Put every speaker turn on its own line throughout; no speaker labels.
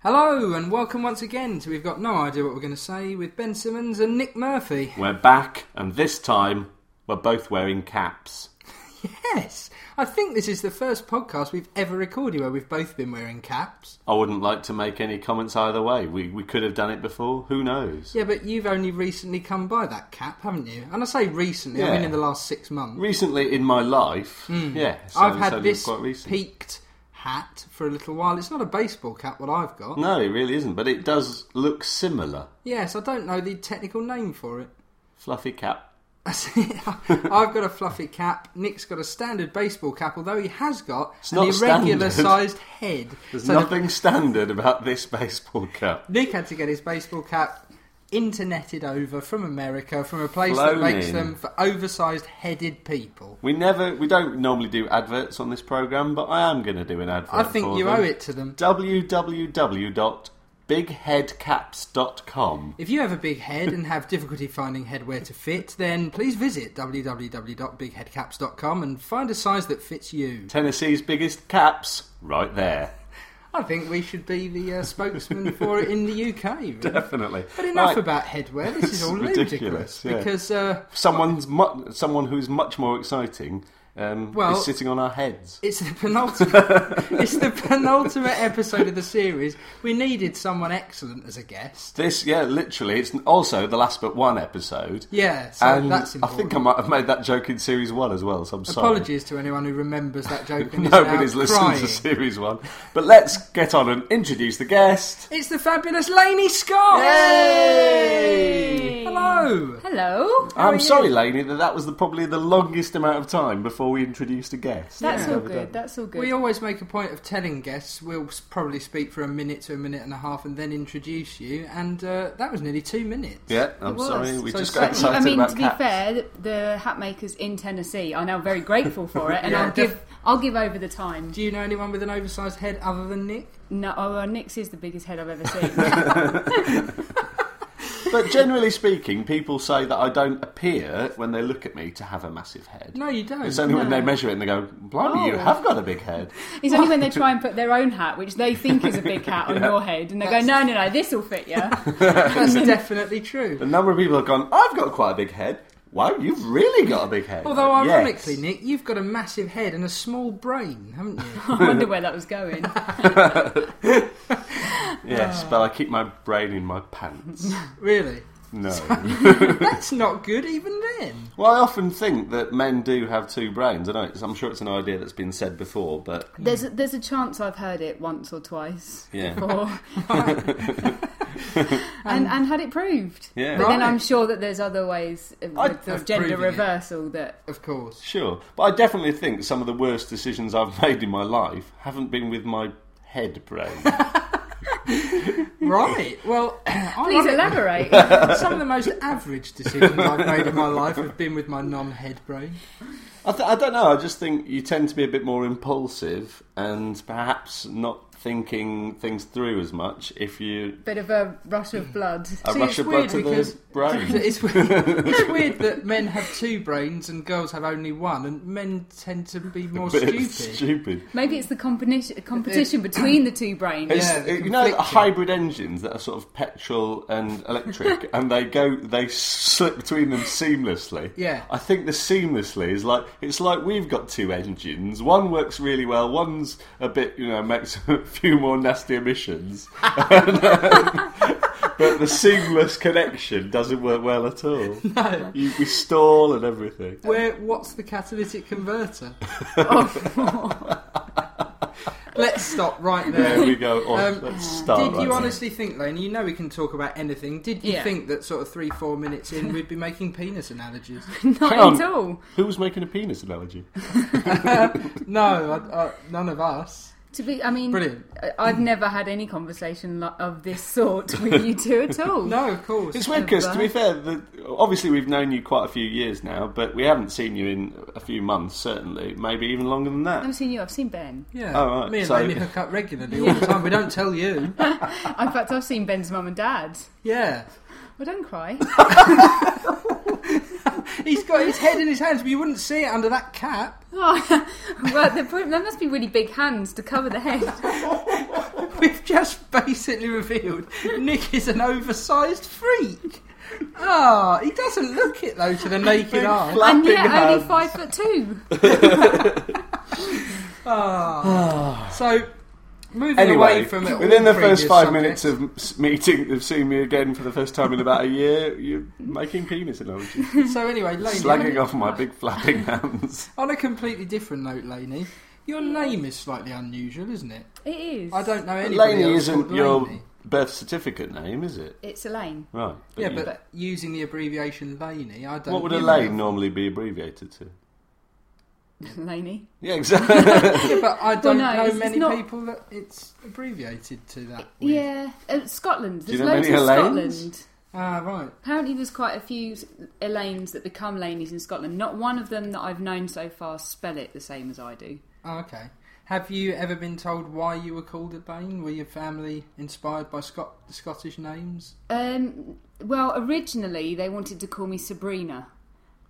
Hello and welcome once again to We've Got No Idea What We're Going to Say with Ben Simmons and Nick Murphy.
We're back, and this time we're both wearing caps.
Yes, I think this is the first podcast we've ever recorded where we've both been wearing caps.
I wouldn't like to make any comments either way. We, we could have done it before. Who knows?
Yeah, but you've only recently come by that cap, haven't you? And I say recently, I mean
Yeah.
in the last six months.
Recently in my life, yeah, so
Hmm. I've
it's
had
only
this
quite recent.
peaked hat for a little while. It's not a baseball cap, what I've got.
No, it really isn't, but it does look similar.
Yes, I don't know the technical name for it.
Fluffy cap.
That's it. I've got a fluffy cap. Nick's got a standard baseball cap, although he has got an
not
irregular
standard.
sized head.
There's
So the-
nothing standard about this baseball cap.
Nick had to get his baseball cap interneted over from America, from a place that
Flown
makes
in.
them for oversized headed people.
We never, we don't normally do adverts on this program, but I am going to do an advert.
I think
for
you
them.
owe it to them.
www.bigheadcaps.com.
If you have a big head and have difficulty finding headwear to fit, then please visit www.bigheadcaps.com and find a size that fits you.
Tennessee's biggest caps, right there.
I think we should be the uh, spokesman for it in the UK. really.
Definitely.
But enough
Right.
about headwear. This is
It's
all ludicrous
ridiculous, yeah.
because uh,
someone's mu- someone who's much more exciting um,
Well-
is sitting on our heads.
It's the penultimate. it's the penultimate episode of the series. We needed someone excellent as a guest.
This, yeah, literally, it's also the last but one episode.
Yeah, so
and
that's
I
important.
think I might have made that joke in series one as well. So I'm sorry.
Apologies to anyone who remembers that joke and
Nobody's
is now
listened
crying.
to series one. But let's get on and introduce the guest.
It's the fabulous Laney Scott.
Yay!
Hello.
Hello. How are
I'm
you?
sorry, Lainey, that that was the, probably the longest amount of time before we introduced a guest.
That's
Yeah.
all
Ever done.
good. That's all good.
We always make a point of telling guests we'll s- probably speak for a minute to a minute and a half and then introduce you, and uh, that was nearly two minutes.
Yeah, I'm
was.
sorry. We
So
just got
sorry.
excited
I mean,
about
to be
cats.
fair, th- the hat makers in Tennessee are now very grateful for it, and
Yeah,
I'll
def-
give I'll give over the time.
Do you know anyone with an oversized head other than Nick?
No, oh, well, Nick's is the biggest head I've ever seen.
But generally speaking, people say that I don't appear when they look at me to have a massive head.
No, you don't.
It's only when they measure it and they go, "Blimey, you
Oh.
have got a big head."
it's only when they try and put their own hat, which they think is a big hat, on your head, and they go, "No, no, no, this will fit you."
That's definitely true.
A number of people have gone, "I've got quite a big head." Wow, you've really got a big head.
Although
Yes.
ironically, Nick, you've got a massive head and a small brain, haven't you?
I wonder where that was going.
yes,
uh,
but I keep my brain in my pants.
really?
No.
That's not good even then.
well, I often think that men do have two brains. I know it's, I'm sure it's an idea that's been said before, but
There's a, there's a chance I've heard it once or twice
Yeah.
before, and and had it proved.
yeah,
But then
Right.
I'm sure that there's other ways of,
I-
with the
Of
gender
proving it.
reversal that.
Of course.
sure. But I definitely think some of the worst decisions I've made in my life haven't been with my head brain.
Right. Well,
Please
ironically,
elaborate.
some of the most average decisions I've made in my life have been with my non-head brain.
I, th- I don't know. I just think you tend to be a bit more impulsive and perhaps not thinking things through as much if you
Bit of a rush of blood.
a
See,
rush
it's
of blood
weird
to
because-
the brain.
It's weird, it's weird that men have two brains and girls have only one, and men tend to be more
But
stupid.
it's stupid.
Maybe it's the competition competition between the two brains.
It's,
Yeah, the
you know the
conflicting.
hybrid engines that are sort of petrol and electric, and they go they slip between them seamlessly.
Yeah.
I think the seamlessly is like it's like we've got two engines. One works really well. One's a bit you know makes a few more nasty emissions. But the seamless connection doesn't work well at all. No. You, we stall and everything.
Where? What's the catalytic converter? Let's stop right there.
There we go. Oh,
Um,
let's start.
Did
right
you
now.
honestly think, Lane? You know we can talk about anything. Did you
Yeah.
think that sort of three, four minutes in we'd be making penis analogies?
Not
Hang on.
at all.
Who was making a penis analogy?
no, I, I, none of us.
To be, I mean,
Brilliant.
I- I've never had any conversation lo- of this sort with you two at all.
No, of course.
It's weird because, to be fair, the, obviously we've known you quite a few years now, but we haven't seen you in a few months, certainly, maybe even longer than
I've
that.
seen you. I've seen Ben.
yeah,
Oh, right,
me and
so-
Lane hook up regularly all the time. We don't tell you.
In fact, I've seen Ben's mum and dad.
Yeah,
Well, don't cry.
he's got his head in his hands, but you wouldn't see it under that cap.
Oh, well, the, there must be really big hands to cover the head.
We've just basically revealed Nick is an oversized freak. Ah, he doesn't look it though to the naked
Big
eye.
flat-
and yet
Clapping
only
hands.
five foot two.
Ah. So, moving
Ah. Anyway,
away from it.
within
all
the first
previous
five
subjects-
minutes of s- meeting, of seeing me again for the first time in about a year, you're making penis analogies,
So anyway, Laney,
slagging off my big flapping hands.
on a completely different note, Laney, your name is slightly unusual, isn't it?
It is.
I don't know anybody
Laney
else
isn't
called
your
Laney.
birth certificate name, is it?
It's Elaine.
Right.
Yeah,
you-
but using the abbreviation Laney, I don't.
what would
you
a
know.
lane normally be abbreviated to?
Laney.
Yeah, exactly.
Yeah, but I don't
no,
know
it's- it's
many
not-
people that it's abbreviated to that. with.
Yeah, uh, Scotland.
Do you
There's
know
loads
many
in
Elaines?
Scotland.
Ah, right.
Apparently, there's quite a few Elaines that become Laneys in Scotland. Not one of them that I've known so far spell it the same as I do.
Oh, okay. Have you ever been told why you were called Elaine? Were your family inspired by Scot- the Scottish names?
Um, well, originally they wanted to call me Sabrina,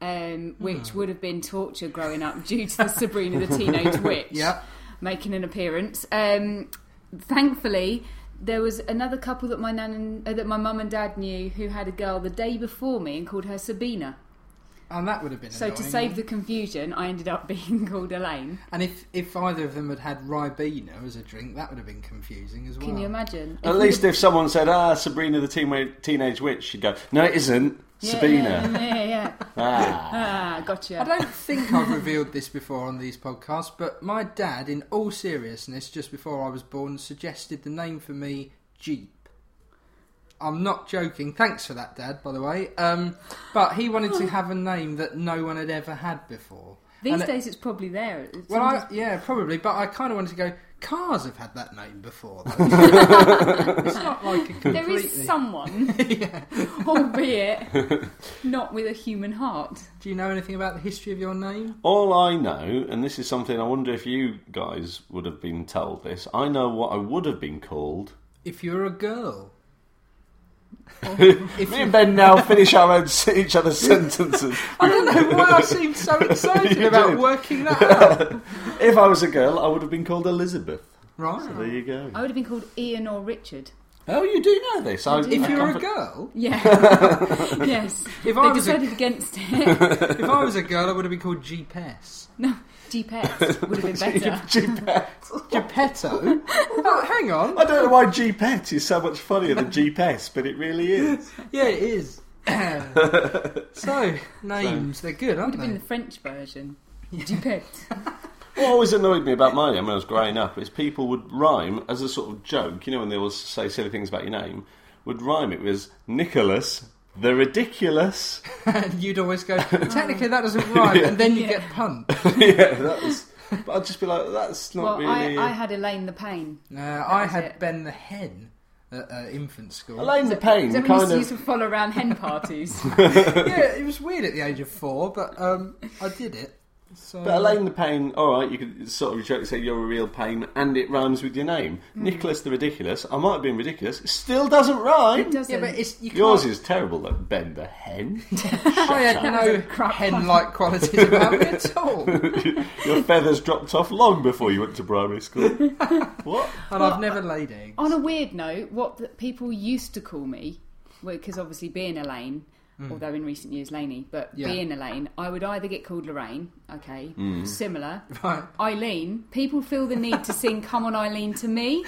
um, which
Hmm.
would have been torture growing up due to the Sabrina the Teenage Witch
Yeah.
making an appearance. Um, thankfully, there was another couple that my nan and, uh, that my mum and dad knew who had a girl the day before me and called her Sabina.
And that would have been
So to
annoying.
save the confusion, I ended up being called Elaine.
And if, if either of them had had Ribena as a drink, that would have been confusing as well.
Can you imagine?
At
If
least
we'd-
if someone said, "Ah, Sabrina the teen- teenage witch," she'd go, "No, it isn't,
Yeah,
Sabina."
Yeah, yeah, yeah.
ah,
ah, gotcha.
I don't think I've revealed this before on these podcasts, but my dad, in all seriousness, just before I was born, suggested the name for me Jeep. I'm not joking. Thanks for that, Dad, by the way. Um, but he wanted to have a name that no one had ever had before.
These
And it-
days, it's probably there. It's
Well,
almost-
I, yeah, probably, but I kind of wanted to go. Cars have had that name before. Though. it's not like a completely.
There is someone, albeit not with a human heart.
Do you know anything about the history of your name?
all I know, and this is something I wonder if you guys would have been told this. I know what I would have been called.
If you're a girl,
If Me and Ben now finish our own each other's sentences.
I don't know why I seemed so excited
You
about
did.
working that out.
if I was a girl, I would have been called Elizabeth. There
Right.
you go.
I would have been called Ian or Richard.
Oh, you do know this. I, I
If you're a
confi-
girl,
Yeah. yes.
If
they
I was a-
decided against it.
if I was a girl, I would have been called GPS.
no, GPS would have been better.
Geppetto? oh, hang on.
I don't know why G Pet is so much funnier than G Pet, but it really is.
Yeah, it is. so, names, they're good,
Would
aren't
have been
they?
the French version. GPS.
What always annoyed me about my name when I was growing up is people would rhyme as a sort of joke, you know, when they always say silly things about your name, would rhyme it was Nicholas the Ridiculous.
and you'd always go, technically that doesn't rhyme, and then you
Oh. Yeah.
get punt.
yeah, that was. But I'd just be like, that's
well,
not really.
I, I had Elaine the Pain.
Uh, I
was
had
it.
Ben the Hen at uh, infant school.
Elaine the Pain
So we
kind
used, to,
of.
used to follow around hen parties.
yeah, it was weird at the age of four, but um, I did it. So,
But Elaine the Pain, all right, you could sort of joke say you're a real pain, and it rhymes with your name.
Hmm.
Nicholas the Ridiculous. I might have been ridiculous. It still doesn't rhyme.
It doesn't.
yeah, but it's you
Yours
can't-
is terrible, though, Ben the Hen.
Oh,
I had
was a
Oh, no
crap
hen-like qualities about me at all, and
Your feathers dropped off long before you went to primary school. what?
I've never laid eggs.
On a weird note, what the people used to call me, because obviously being Elaine,
Hmm.
although in recent years Laney, but
Yeah.
being Elaine, I would either get called Lorraine, okay,
Hmm.
similar.
Right.
Eileen, people feel the need to sing "Come on, Eileen" to me.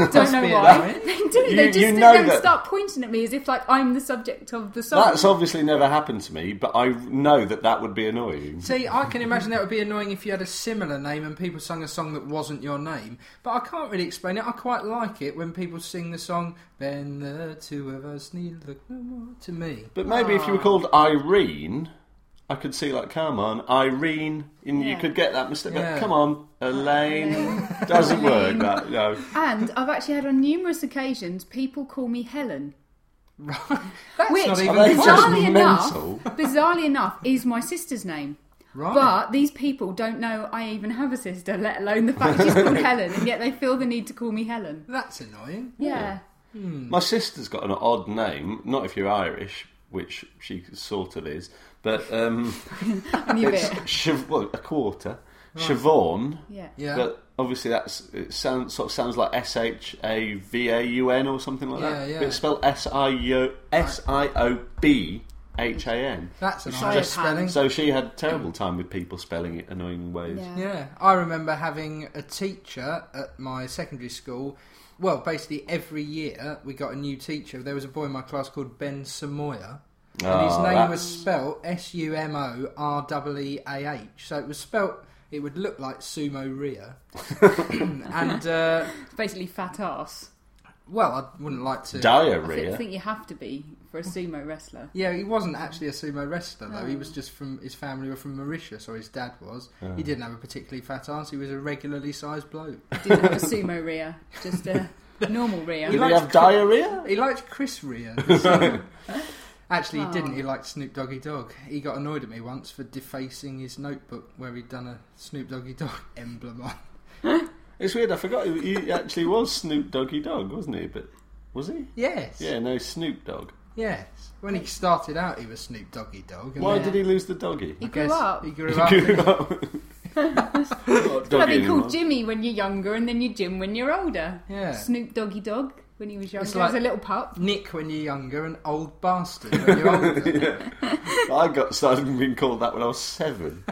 must
Don't know
be
why
annoying.
they do.
You-
they just
you
sit
know
there and
that-
start pointing at me as if like I'm the subject of the song.
That's obviously never happened to me, but I know that that would be annoying.
See, I can imagine that would be annoying if you had a similar name and people sung a song that wasn't your name. But I can't really explain it. I quite like it when people sing the song "When the two of us need look no more" to me.
But maybe if you
Ah.
were called Irene, I could see like, come on, Irene, and you
Yeah.
could get that mistake.
Yeah.
But come on, Elaine, doesn't work. That no.
and I've actually had on numerous occasions people call me Helen.
That's
Which-
not even
Are they
close.
just
Bizarrely enough,
mental?
bizarrely enough, is my sister's name.
right.
But these people don't know I even have a sister, let alone the fact she's called Helen, and yet they feel the need to call me Helen.
That's annoying.
Yeah.
My sister's got an odd name. Not if you're Irish, which she sort of is, but um,
I knew
it's
it.
Shiv- well, a quarter. Siobhan,
Yeah.
Yeah.
but obviously that's it sounds sort of sounds like S H A V A U N or something like that.
Yeah, yeah.
But it's spelled S I O S I O B H A N.
That's an
Which is
Irish
just-
spelling.
So she had terrible time with people spelling it annoying ways.
Yeah.
Yeah, I remember having a teacher at my secondary school. Well, basically every year we got a new teacher. There was a boy in my class called Ben Samoya, and his
Oh,
name
that's-
was spelt S U M O R E E A H. So it was spelt. It would look like sumo ria, and uh,
Basically, fat ass.
well, I wouldn't like to.
I thi-
diarrhea.
think you have to be for a sumo wrestler.
Yeah, he wasn't actually a sumo wrestler though. He was just from his family were from Mauritius, or his dad was.
Ah. Oh.
He didn't have a particularly fat ass. He was a regularly sized bloke.
Didn't have a sumo rear, just a normal rear.
Did
like
he have
to cook-
diarrhea?
He liked Chris Rea. the singer. Actually, he didn't. He
Oh.
liked Snoop Doggy Dog. He got annoyed at me once for defacing his notebook where he'd done a Snoop Doggy Dog emblem on.
It's weird. I forgot he- he actually was Snoop Doggy Dog, wasn't he? But was he?
Yes.
Yeah, no, Snoop Dogg.
Yes. When he started out, he was Snoop Doggy Dog. and
Why
then
did he lose the doggy?
He
I
grew
guess
up.
He grew up. and-
Not doggy
But they
anymore.
called Jimmy when you're younger, and then you're Jim when you're older.
Yeah.
Snoop Doggy Dog when he was younger.
It's like-
he was a little pup.
Nick when you're younger and old bastard when you're older.
I got started being called that when I was seven.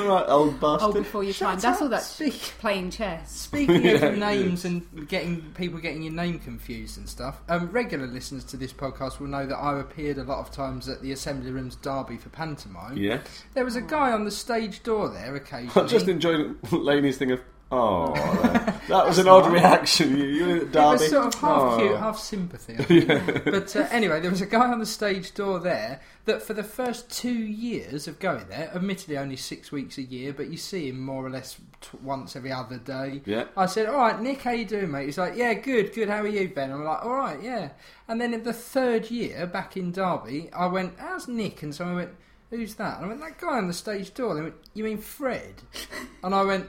All right, old
Oh,
bastard.
before your time.
Shut
That's
up,
all that's
speak.
playing chess.
Speaking
Yeah,
of names and getting people getting your name confused and stuff, um, regular listeners to this podcast will know that I appeared a lot of times at the Assembly Rooms Derby for pantomime.
Yes.
There was a guy on the stage door there
I
occasionally.
just enjoyed Laney's thing of, oh, there. that was an odd reaction. You, you at Derby.
It was sort of half
Oh.
cute, half sympathy. I think. But uh, anyway, there was a guy on the stage door there that for the first two years of going there, admittedly only six weeks a year, but you see him more or less t- once every other day.
Yeah.
I said, all right, Nick, how you doing, mate? He's like, yeah, good, good. How are you, Ben? I'm like, all right, yeah. And then in the third year, back in Derby, I went, how's Nick? And someone went, who's that? And I went, that guy on the stage door. They went, you mean Fred? And I went,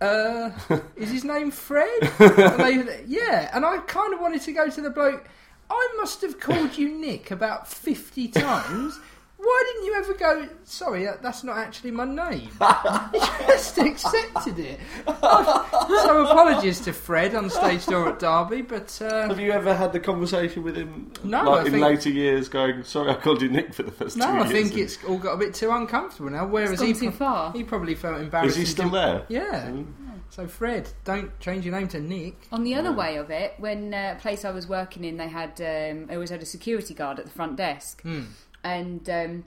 uh, is his name Fred? and they, yeah, and I kind of wanted to go to the bloke. I must have called you Nick about 50 times. Why didn't you ever go, sorry, uh, that's not actually my name? He just accepted it. so apologies to Fred on stage door at Derby, but uh,
Have you ever had the conversation with him
No,
like
I
in
think-
later years going, sorry, I called you Nick for the first
no,
two
I
years?
think
and-
it's all got a bit too uncomfortable now. Whereas
It's
he,
gone too
pro-
far.
he probably felt
Is
embarrassed.
he
to-
still there?
Yeah.
Mm.
So Fred, don't change your name to Nick.
On the other way of it, when uh, place I was working in, they had um, I always had a security guard at the front desk,
Hmm.
and um,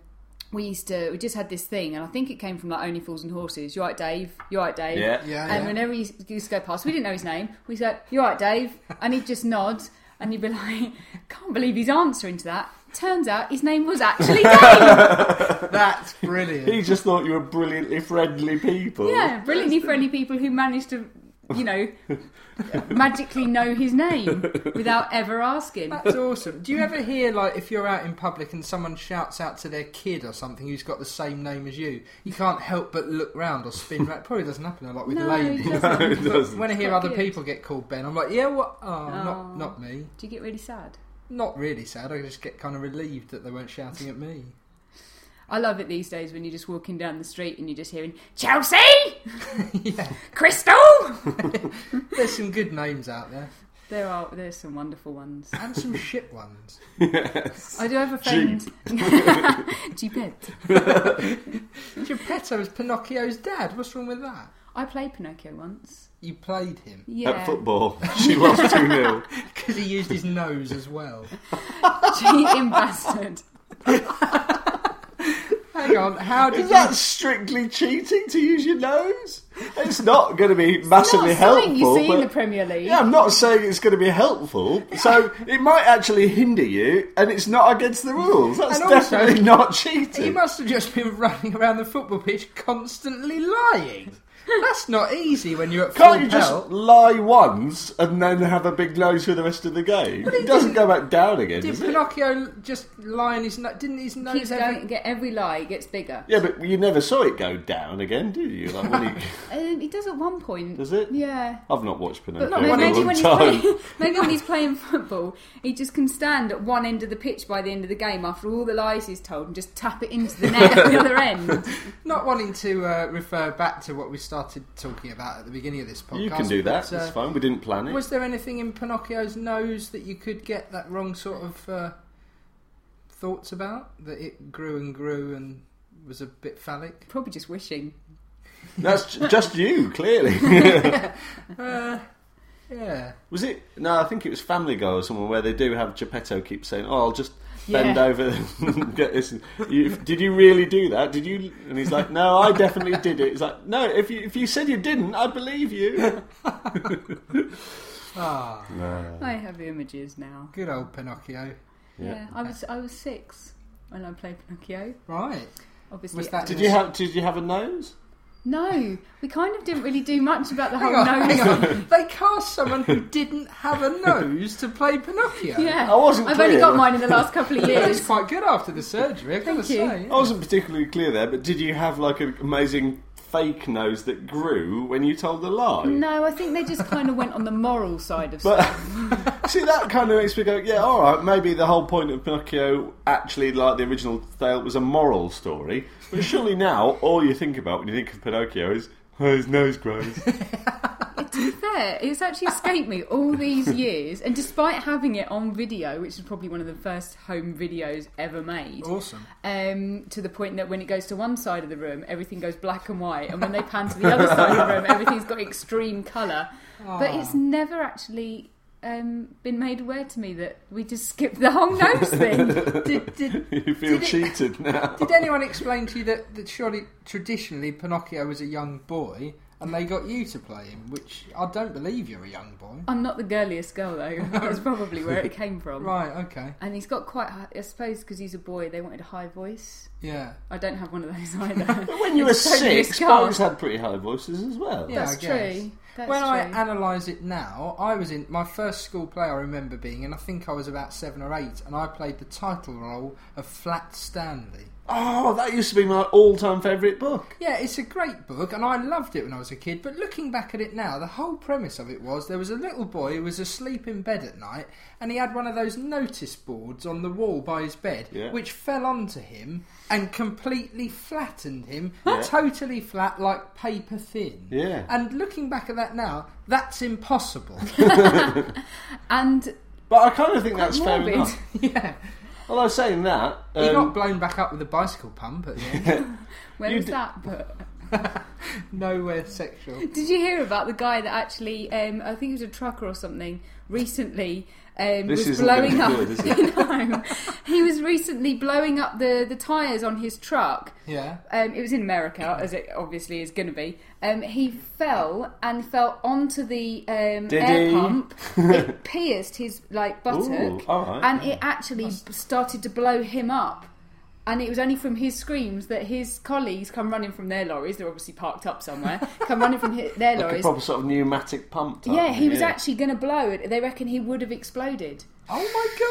we used to we just had this thing, and I think it came from like Only Fools and Horses. You're right, Dave. You're right, Dave.
Yeah.
Yeah,
And
yeah.
whenever he used to go past, we didn't know his name. We would go, "You're right, Dave," and he'd just nod, and he'd be like, "Can't believe he's answering to that." Turns out his name was actually Dave.
That's brilliant.
He just thought you were brilliantly friendly people.
yeah, brilliantly friendly people who managed to, you know, magically know his name without ever asking.
That's awesome. Do you ever hear like if you're out in public and someone shouts out to their kid or something who's got the same name as you, you can't help but look round or spin round. Probably doesn't happen a lot with
No,
ladies.
it doesn't.
No, it doesn't.
When I hear
quite
other
good.
people get called Ben, I'm like, yeah, what? Oh,
Oh.
not not me.
Do you get really sad?
Not really sad. I just get kind of relieved that they weren't shouting at me.
I love it these days when you're just walking down the street and you're just hearing Chelsea,
yeah,
Crystal.
there's some good names out there
there are there's some wonderful ones.
and some shit ones.
I do have a friend. Jeepette.
Geppetto is Pinocchio's dad. What's wrong with that?
I played Pinocchio once.
Uh,
You played him
Yeah.
At football, she lost 2 0.
because he used his nose as well.
Cheating bastard.
Hang on, how did
Is
you-
that strictly cheating to use your nose? It's not going to be massively
Not
helpful.
something you see in
but-
the Premier League.
yeah, I'm not saying it's going to be helpful. So it might actually hinder you, and it's not against the rules. That's
And also-
definitely not
He
cheating.
must have just been running around the football pitch constantly lying. That's not easy when you're at
Can't
full
you just
pelt.
lie once and then have a big nose for the rest of the game? It doesn't go back down again,
Did
does it?
Pinocchio just lie in his nose? Didn't his
Keeps
nose ever...
going, get every lie gets bigger.
Yeah, but you never saw it go down again, did you? Like, when you-
Um, he does at one point.
Does it?
Yeah.
I've not watched Pinocchio
not
in a
when-
maybe
long
when, he's
time.
playing, maybe when he's playing football, he just can stand at one end of the pitch by the end of the game after all the lies he's told and just tap it into the net at the other end.
Not wanting to uh, refer back to what we started talking about at the beginning of this podcast.
You can do that.
but, uh,
it's fine. We didn't plan it.
Was there anything in Pinocchio's nose that you could get that wrong sort of uh, thoughts about? That it grew and grew and was a bit phallic?
Probably just wishing.
That's ju- just you, clearly.
Uh, yeah.
Was it? No, I think it was Family Guy or somewhere where they do have Geppetto keep saying, "Oh, I'll just bend
Yeah.
over and get this." You, did you really do that? Did you? And he's like, "No, I definitely did it." It's like, "No, if you if you said you didn't, I believe you."
Ah,
No.
I have images now.
good old Pinocchio.
Yeah,
Yeah.
I was I was six when I played Pinocchio.
Right.
Obviously,
Was that
Did you have? Did you have a nose?
no? We kind of didn't really do much about the whole
Hang on,
nose.
hang on. they cast someone who didn't have a nose to play Pinocchio.
Yeah,
I wasn't
I've only
clear.
got mine in the last couple of
It was
years.
quite good after the surgery, I've got to
Thank you.
say.
I wasn't particularly clear there, but did you have like an amazing fake nose that grew when you told the lie?
no, I think they just kind of went on the moral side of stuff.
But see, that kind of makes me go, yeah, all right. Maybe the whole point of Pinocchio, actually, like the original tale, was a moral story. But surely now, all you think about when you think of Pinocchio is oh, his nose grows.
To be fair, it's actually escaped me all these years, and despite having it on video, which is probably one of the first home videos ever made.
Awesome.
um, to the point that when it goes to one side of the room, everything goes black and white, and when they pan to the other side of the room, everything's got extreme colour. But it's never actually um, been made aware to me that we just skipped the whole nose thing.
Did, did,
you feel
Did it-
cheated now.
did anyone explain to you that, that surely traditionally Pinocchio was a young boy and they got you to play him, which I don't believe you're a young boy.
I'm not the girliest girl though. That's probably where it came from.
Right, okay.
And he's got quite, high, I suppose, because he's a boy, they wanted a high voice.
Yeah.
I don't have one of those either.
When you were
It's totally
six,
scarred.
boys had pretty high voices as well.
Yeah, I
That's
guess.
true. That's
when
true.
I analyse it now, I was in my first school play. I remember being, and I think I was about seven or eight, and I played the title role of Flat Stanley.
Oh, that used to be my all-time favourite book.
Yeah, it's a great book, and I loved it when I was a kid. But looking back at it now, the whole premise of it was there was a little boy who was asleep in bed at night, and he had one of those notice boards on the wall by his bed,
Yeah.
which fell onto him and completely flattened him,
Yeah.
totally flat, like paper thin.
Yeah.
Uh,
And looking back at that now, that's impossible.
and
But I kind of think that's fair
morbid.
enough.
yeah.
Although saying that,
He
um,
got blown back up with a bicycle pump at the end.
Where
You
was
d-
that book?
Nowhere sexual.
Did you hear about the guy that actually, um, I think he was a trucker or something, recently um,
This
was
isn't gonna
blowing
be
up.
good, is
no, he was recently blowing up the, the tyres on his truck.
Yeah.
Um, it was in America, as it obviously is going to be. Um, he fell and fell onto the um,
Did
air
he?
pump. It pierced his like buttock,
all right,
and it actually b- started to blow him up. And it was only from his screams that his colleagues come running from their lorries. They're obviously parked up somewhere. Come running from hi- their
like a
lorries.
proper sort of pneumatic pump. type
Yeah,
thing,
he was actually going to blow. it. They reckon he would have exploded.
Oh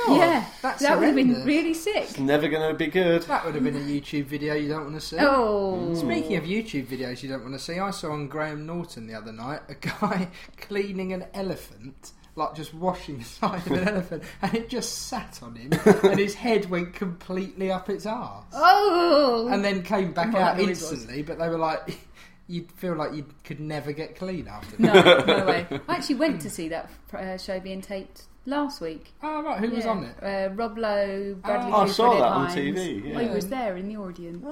my god.
yeah,
That's
that would have been
horrendous.
really sick.
never going to be good.
That would have been a YouTube video you don't want to see.
Oh,
Speaking of YouTube videos you don't want to see, I saw on Graham Norton the other night a guy cleaning an elephant, like just washing the side of an elephant, and it just sat on him, and his head went completely up its arse,
oh,
and then came back
Well,
out
that noise was-
instantly. But they were like, you'd feel like you could never get clean after that.
no, no way. I actually went to see that uh, show being taped last week.
Oh right, who was
Yeah.
on it?
Uh, Rob Lowe, Bradley
Oh, I
Cooper,
saw
Ed
that on
Hynes.
TV, yeah.
I was there in the audience.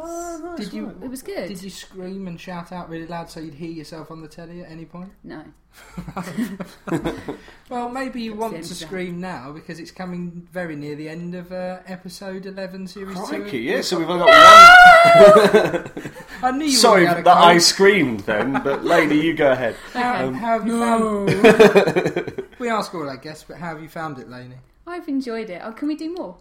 Did you?
It was good.
Oh. Did you scream and shout out really loud so you'd hear yourself on the telly at any point?
No.
Well, maybe you
That's the
want
end
to
of that.
scream now because it's coming very near the end of uh, episode 11, series
Crikey,
2.
yeah, so we've only got
I knew you
one. Sorry
wouldn't
that
be able
I um,
to
screamed then, but lady, you go ahead.
cope. How,
Okay.
how have you found
No.
We ask all our guests, but how have you found it, Laney?
I've enjoyed it. Oh, can we do more?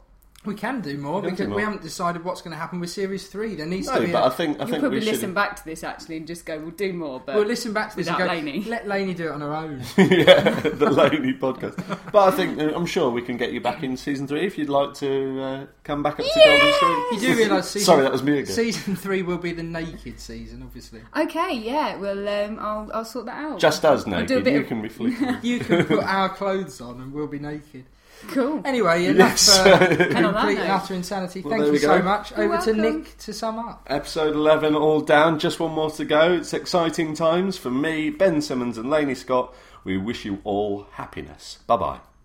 We can do more
We can do
because
more.
we haven't decided what's going to happen with series 3. There needs to
No,
be.
but
a-
I think I
You'll
think we
probably listen
should.
back to this actually and just go, "We'll do more." But
We'll listen back to this and go,
Without Lainey.
let Laney do it on her own.
yeah, the lonely podcast. But I think uh, I'm sure we can get you back in season three if you'd like to uh, come back up to Golden
You
Street.
do realise season,
Sorry, that was me again.
season 3 will be the naked season, obviously.
okay, yeah. Well, um, I'll I'll sort that out.
Just us
I'll do a
naked.
bit
You
of-
can be fleeting.
You can put our clothes on and we'll be naked.
cool.
Anyway, enough.
yes,
Uh,
And I'll on that
complete
note.
and utter insanity.
Well,
Thank
there
you
we
so
go.
much.
You're
Over to
welcome.
Nick to sum up.
Episode 11 all down, just one more to go. It's exciting times for me, Ben Simmons, and Laney Scott. We wish you all happiness. Bye bye.